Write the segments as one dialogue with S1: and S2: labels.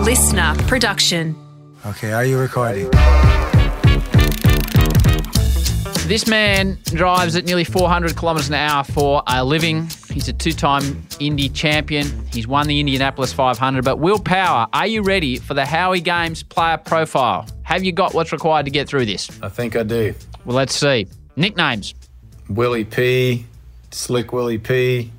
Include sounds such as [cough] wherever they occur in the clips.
S1: listener production.
S2: Okay, are you recording?
S3: This man drives at nearly 400 kilometres an hour for a living. He's a two time Indy champion. He's won the Indianapolis 500. But, Will Power, are you ready for the Howie Games player profile? Have you got what's required to get through this?
S4: I think I do.
S3: Well, let's see. Nicknames
S4: Willie P, Slick Willie P,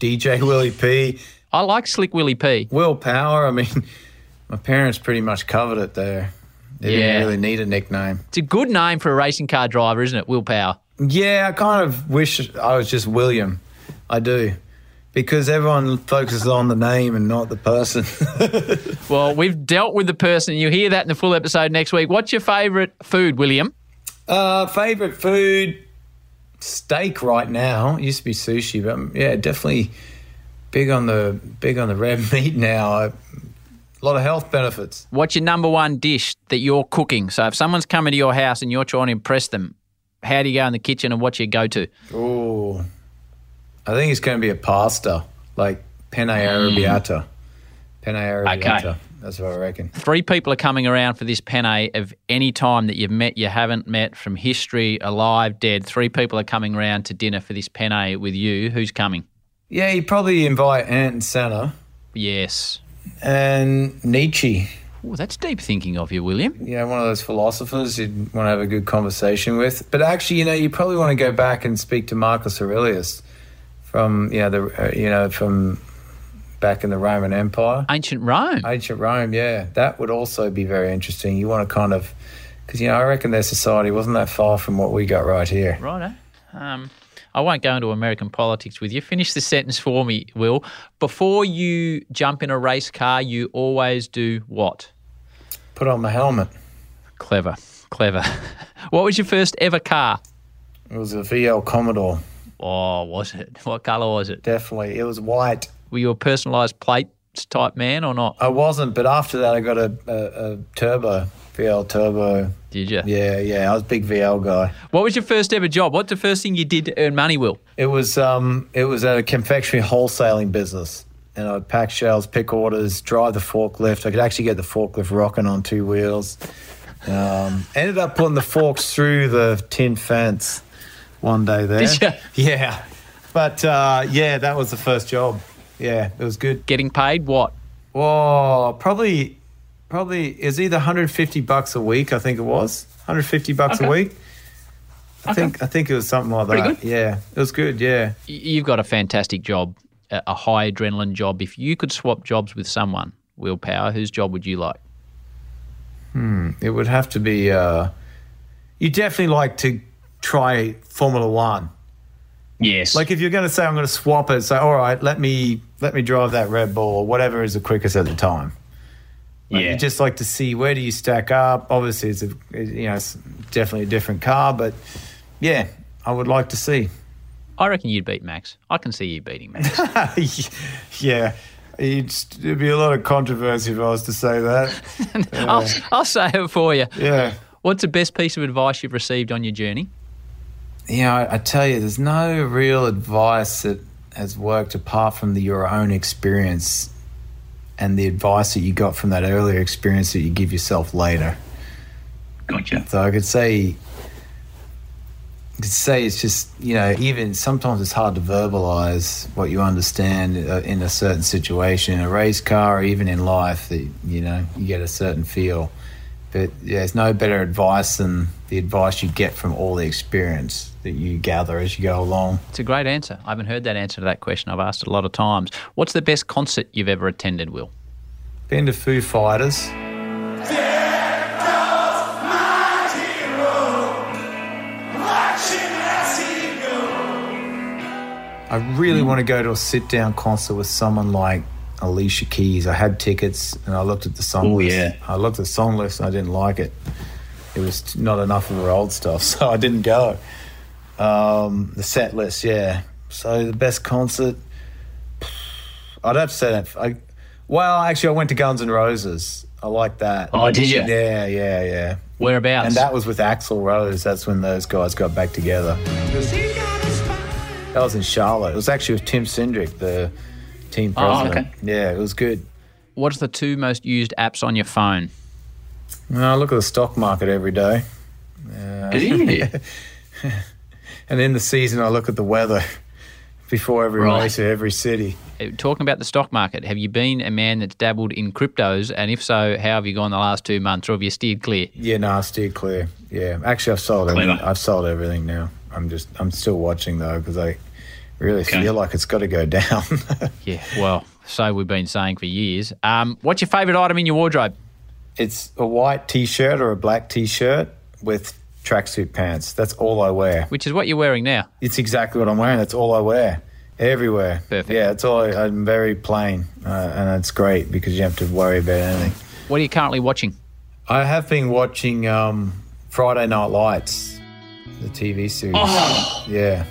S4: DJ [laughs] Willie P,
S3: I like Slick Willie P.
S4: Willpower. I mean, [laughs] my parents pretty much covered it there.
S3: Yeah.
S4: They didn't really need a nickname.
S3: It's a good name for a racing car driver, isn't it? Will Power.
S4: Yeah, I kind of wish I was just William. I do. Because everyone focuses on the name and not the person. [laughs]
S3: Well, we've dealt with the person. You'll hear that in the full episode next week. What's your favourite food, William?
S4: uh, favorite food? Steak right now. It used to be sushi, but um, yeah, definitely big on the big on the red [laughs] meat now. I, a lot of health benefits.
S3: What's your number one dish that you're cooking? So if someone's coming to your house and you're trying to impress them, how do you go in the kitchen and what's your go to?
S4: Ooh. I think it's going to be a pasta, like penne arrabbiata. Penne arrabbiata. That's what I reckon.
S3: Three people are coming around for this penne of any time that you've met, you haven't met, from history, alive, dead. Three people are coming round to dinner for this penne with you. Who's coming?
S4: Yeah, you probably invite Aunt and Santa
S3: Yes.
S4: and Nietzsche.
S3: Ooh, that's deep thinking of you, William.
S4: You know, one of those philosophers you'd want to have a good conversation with. But actually, you know, you probably want to go back and speak to Marcus Aurelius from you know the uh, you know from back in the Roman Empire,
S3: Ancient Rome.
S4: ancient Rome. Yeah, that would also be very interesting. You want to kind of because you know I reckon their society wasn't that far from what we got right here.
S3: Righto. Um, I won't go into American politics with you. Finish the sentence for me, Will. Before you jump in a race car, you always do what?
S4: Put on my helmet.
S3: Clever, clever. [laughs] what was your first ever car?
S4: It was a VL Commodore.
S3: Oh, was it? [laughs] What colour was it?
S4: Definitely, it was white.
S3: Were you a personalised plates type man or not?
S4: I wasn't, but after that, I got a, a, a turbo VL turbo.
S3: Did you?
S4: Yeah, yeah, I was a big VL guy.
S3: What was your first ever job? What's the first thing you did to earn money, Will?
S4: It was um, it was at a confectionery wholesaling business, and I'd pack shells, pick orders, drive the forklift. I could actually get the forklift rocking on two wheels. Um, ended up putting the forks through the tin fence one day there.
S3: Did ya?
S4: [laughs] Yeah, but uh, yeah, that was the first job. Yeah, it was good.
S3: Getting paid what?
S4: Whoa, probably, probably is either 150 bucks a week. I think it was 150 bucks a week. I think I think it was something like that. Yeah, it was good. Yeah.
S3: Y- You've got a fantastic job, a a high adrenaline job. If you could swap jobs with someone, Will Power, whose job would you like?
S4: It would have to be. Uh, you definitely like to try Formula One.
S3: Yes.
S4: Like if you're going to say I'm going to swap it, say all right, let me let me drive that Red Bull or whatever is the quickest at the time. Like, You just like to see where do you stack up. Obviously, it's a you know it's definitely a different car, but yeah, I would like to see. [laughs]
S3: I reckon you'd beat Max. I can see you beating Max.
S4: yeah. It'd it'd be a lot of controversy if I was to say that.
S3: I'll, I'll say it for you.
S4: Yeah.
S3: What's the best piece of advice you've received on your journey?
S4: you know, I, I tell you, there's no real advice that has worked apart from the, your own experience and the advice that you got from that earlier experience that you give yourself later. Gotcha. So I could say, I could say it's just you know, even sometimes it's hard to verbalize what you understand uh, in a certain situation, in a race car, or even in life. That you know, you get a certain feel. But yeah, there's no better advice than the advice you get from all the experience that you gather as you go along.
S3: It's a great answer. I haven't heard that answer to that question. I've asked it a lot of times. What's the best concert you've ever attended, Will?
S4: Been to Foo Fighters. I really
S3: Hmm.
S4: want to go to a sit down concert with someone like Alicia Keys. I had tickets and I looked at the song list. I looked at the song list and I didn't like it. It was t- not enough of her old stuff, [laughs] so I didn't go. Um, the set list, yeah. So the best concert, [sighs] I'd have to say that. I, well, actually, I went to Guns N' Roses. I like that.
S3: Oh, did you?
S4: Yeah, yeah, yeah.
S3: Whereabouts?
S4: And that was with Axl Rose. That's when those guys got back together. That was in Charlotte. It was actually with Tim Sindrick, the team
S3: Oh,
S4: president. Yeah, it was good.
S3: what's the two most used apps on your phone?
S4: No, I look at the stock market every day. Uh,
S1: Do
S3: [laughs]
S4: [laughs]
S1: you?
S3: Uh,
S4: And in the season, I look at the weather [laughs] before every
S1: Right.
S4: race of every city.
S3: Uh, Talking about the stock market, have you been a man that's dabbled in cryptos? And if so, how have you gone the last two months, or have you steered clear?
S4: Yeah, no, I steer clear. Yeah, actually, I've sold everything.
S1: Clever.
S4: I've sold everything now. I'm just, I'm still watching though because I really
S1: Okay.
S4: feel like it's got to go [laughs] down.
S3: Yeah, well, so we've been saying for years. Um, what's your favourite item in your wardrobe?
S4: it's a white t-shirt or a black t-shirt with tracksuit pants. That's all I wear.
S3: Which is what you're wearing now.
S4: It's exactly what I'm wearing. That's all I wear everywhere.
S3: Perfect.
S4: Yeah, it's all. I, I'm very plain, uh, and it's great because you don't have to worry about anything.
S3: What are you currently watching?
S4: I have been watching um, Friday Night Lights, the TV series.
S1: Oh,
S4: Yeah,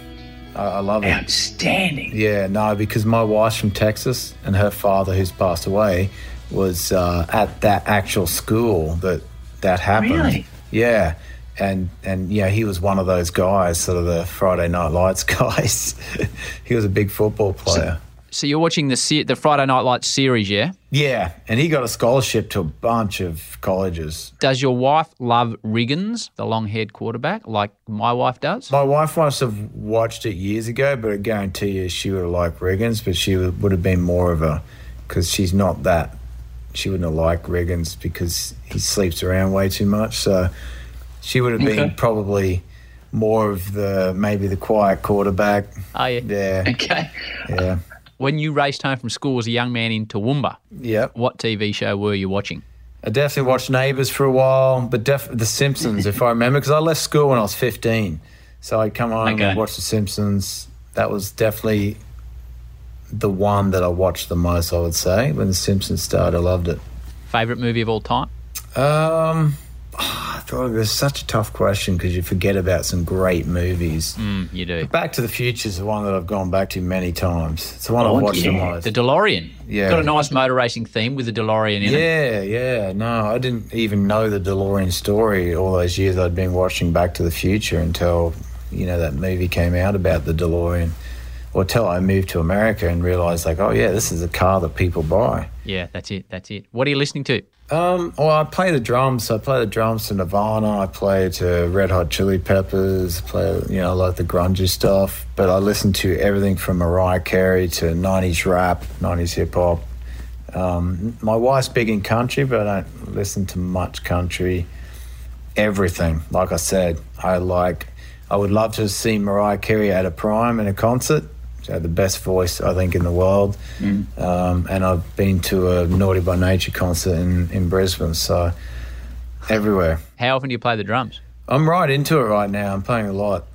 S4: I, I love it.
S1: outstanding.
S4: Yeah, no, because my wife's from Texas, and her father, who's passed away, was uh, at that actual school that that happened.
S1: Really?
S4: Yeah, and and yeah, he was one of those guys, sort of the Friday Night Lights [laughs] guys. he was a big football player.
S3: So you're watching the se- the Friday Night Lights series, yeah?
S4: yeah, and he got a scholarship to a bunch of colleges.
S3: Does your wife love Riggins, the long-haired quarterback, like my wife does?
S4: My wife must have watched it years ago, but I guarantee you she would have liked Riggins, but she would would have been more of a because she's not that. She wouldn't have liked Riggins because he sleeps around way too much. So she would have been
S1: Okay.
S4: probably more of the maybe the quiet quarterback.
S3: Oh, yeah.
S4: Yeah,
S1: Ah, Okay.
S4: yeah,
S3: When you raced home from school as a young man in Toowoomba,
S4: yep.
S3: what TV show were you watching?
S4: I definitely watched Neighbours for a while, but def- The
S3: [laughs]
S4: Simpsons, if I remember, because I left school when I was 15. So I'd come home
S1: Okay.
S4: and watch The Simpsons. That was definitely the one that I watched the most, I would say. When The Simpsons started, I loved it.
S3: Favorite movie of all time?
S4: Um, I thought it was such a tough question because you forget about some great movies.
S3: Mm, you do.
S4: Back to the Future is the one that I've gone back to many times. It's the one
S1: Oh,
S4: I've watched the
S1: yeah.
S4: most.
S3: The DeLorean.
S4: Yeah.
S3: Got a nice motor racing theme with the DeLorean in it.
S4: Yeah, yeah. No, I didn't even know the DeLorean story all those years I'd been watching Back to the Future until, you know, that movie came out about the DeLorean. Or till I moved to America and realized, like, oh, yeah, this is a car that people buy.
S3: Yeah, that's it. That's it. What are you listening to?
S4: Um, well, I play the drums. So I play the drums to Nirvana. I play to Red Hot Chili Peppers. Play, you know, like the grungy stuff. But I listen to everything from Mariah Carey to '90s rap, '90s hip hop. Um, my wife's big in country, but I don't listen to much country. Everything, like I said, I like. I would love to see Mariah Carey at a prime in a concert. She had the best voice, I think, in the world um, and I've been to a Naughty by Nature concert in, in Brisbane, so everywhere.
S3: How often do you play the drums?
S4: I'm right into it right now. I'm playing a lot.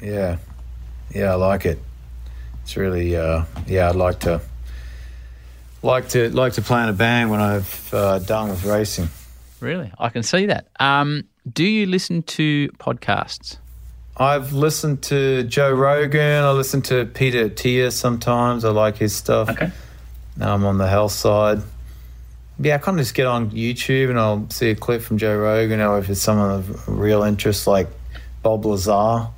S4: Yeah, yeah, I like it. It's really uh, yeah. I'd like to like to like to play in a band when I've uh, done with racing.
S3: Really? I can see that. Um, do you listen to podcasts?
S4: I've listened to Joe Rogan. I listen to Peter Tia sometimes. I like his stuff.
S1: Okay.
S4: Now I'm on the health side. Yeah, I kind of just get on YouTube and I'll see a clip from Joe Rogan or if it's someone of real interest, like Bob Lazar.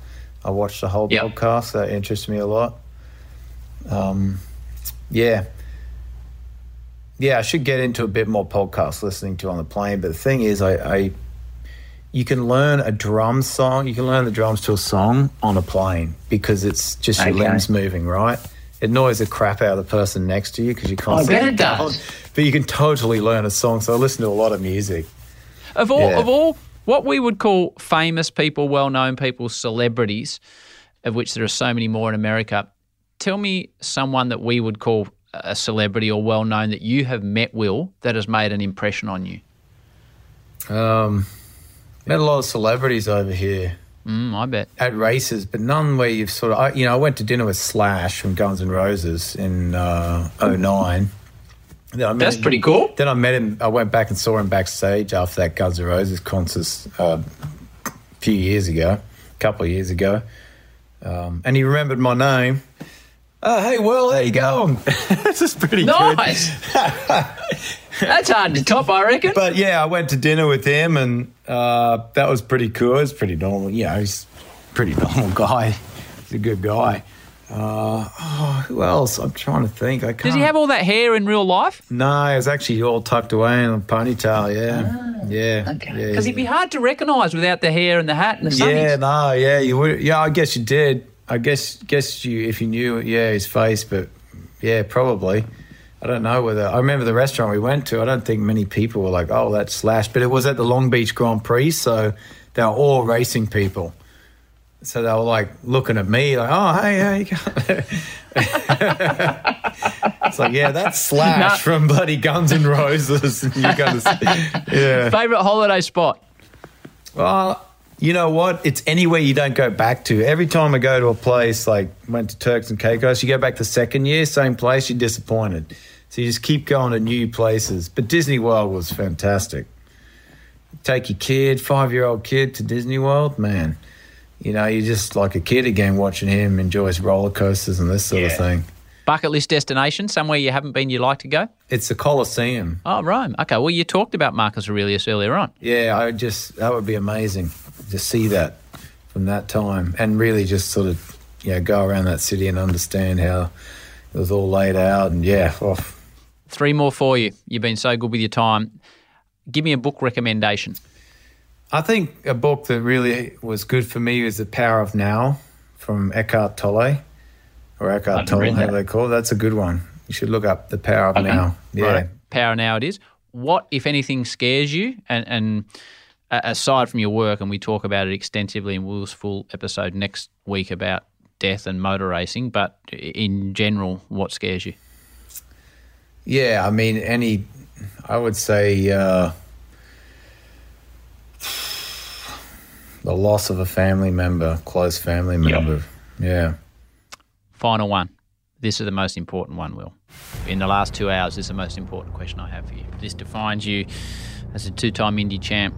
S4: I watched the whole
S1: Yeah.
S4: podcast. That interests me a lot. Um, yeah. Yeah, I should get into a bit more podcast listening to on the plane. But the thing is, I, I you can learn a drum song. You can learn the drums to a song on a plane because it's just your
S1: Okay.
S4: limbs moving, right? It annoys the crap out of the person next to you because you can't.
S1: I
S4: sit
S1: bet Oh, it
S4: down.
S1: does.
S4: But you can totally learn a song. So I listen to a lot of music.
S3: Of all,
S4: Yeah.
S3: of all, what we would call famous people, well-known people, celebrities, of which there are so many more in America. Tell me someone that we would call a celebrity or well-known that you have met, Will, that has made an impression on you.
S4: Um, met a lot of celebrities over here.
S3: Mm, I bet.
S4: at races, but none where you've sort of, I, you know, I went to dinner with Slash from Guns N' Roses in uh, 09. Then I met
S1: That's
S4: him-
S1: pretty
S4: [laughs]
S1: cool.
S4: Then I met him, I went back and saw him backstage after that Guns N' Roses concert uh, a few years ago, a couple of years ago. Um, and he remembered my name. Oh, hey, Will, how you going? [laughs] this is pretty good.
S3: Nice. [laughs] That's hard to top, I reckon.
S4: But yeah, I went to dinner with him, and uh, that [laughs] was pretty cool. It's pretty normal, you know. He's a pretty normal guy. He's a good guy. Uh, oh, who else? I'm trying to think. I can't.
S3: Does he have all that hair in real life?
S4: No, it's actually all tucked away in a ponytail. Yeah, yeah.
S3: Ah, Okay.
S4: yeah,
S3: Because
S4: yeah.
S3: he'd be hard to recognise without the hair and the hat and the sunnies.
S4: Yeah, no, yeah, you would. Yeah, I guess you did. I guess, guess you if you knew, yeah, his face, but yeah, probably. I don't know whether I remember the restaurant we went to. I don't think many people were like, "Oh, that's Slash," but it was at the Long Beach Grand Prix, so they were all racing people. So they were like looking at me, like, "Oh, hey, how you going?" [laughs] it's like, yeah, that's Slash
S3: Nah.
S4: from bloody Guns N' Roses. [laughs] you guys, yeah.
S3: Favourite holiday spot?
S4: Well, you know what? It's anywhere you don't go back to. Every time I go to a place, like went to Turks and Caicos, you go back the second year, same place, you're disappointed. So you just keep going to new places. But Disney World was fantastic. Take your kid, five year old kid, to Disney World, man. You know, you're just like a kid again watching him enjoy his roller coasters and this sort of
S1: Yeah.
S4: thing.
S3: Bucket list destination? Somewhere you haven't been you'd like to go?
S4: It's the Colosseum.
S3: Oh, Rome. Okay, well, you talked about Marcus Aurelius earlier on.
S4: Yeah, I just that would be amazing to see that from that time and really just sort of you know go around that city and understand how it was all laid out and yeah, oh,
S3: Three more for you. You've been so good with your time. Give me a book recommendation.
S4: I think a book that really was good for me was The Power of Now from Eckhart Tolle or Eckhart
S1: haven't read
S4: Tolle, how
S1: that.
S4: they call it. That's a good one. You should look up The Power of
S1: Okay.
S4: Now. Yeah.
S1: Right.
S3: Power now it is. What, if anything, scares you? And, and a- aside from your work, and we talk about it extensively in Will's full episode next week about death and motor racing, but i- in general, what scares you?
S4: Yeah, I mean, any, I would say uh, the loss of a family member, close family
S1: Yeah.
S4: member. Yeah.
S3: Final one. This is the most important one, Will. In the last two hours, this is the most important question I have for you. This defines you as a two time Indy champ,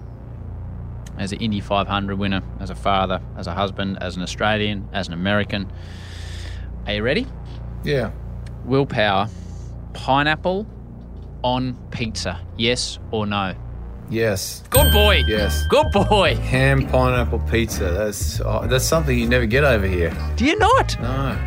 S3: as an Indy 500 winner, as a father, as a husband, as an Australian, as an American. Are you ready?
S4: Yeah.
S3: Willpower, pineapple on pizza. Yes or no?
S4: Yes.
S3: Good boy.
S4: Yes.
S3: Good boy.
S4: Ham pineapple pizza. That's oh, that's something you never get over here.
S3: Do you not?
S4: No.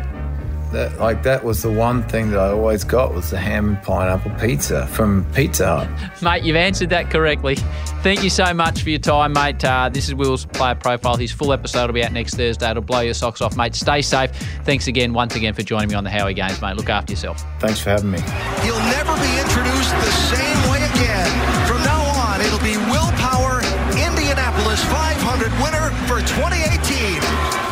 S4: That like that was the one thing that I always got was the ham and pineapple pizza from Pizza Hut.
S3: Mate, you've answered that correctly. Thank you so much for your time, mate. Uh, this is Will's player profile. His full episode will be out next Thursday. It'll blow your socks off, mate. Stay safe. Thanks again, once again, for joining me on the Howie Games, mate. Look after yourself.
S4: Thanks for having me.
S5: He'll never be introduced the same way again. From now on, it'll be Willpower Indianapolis 500 winner for 2018.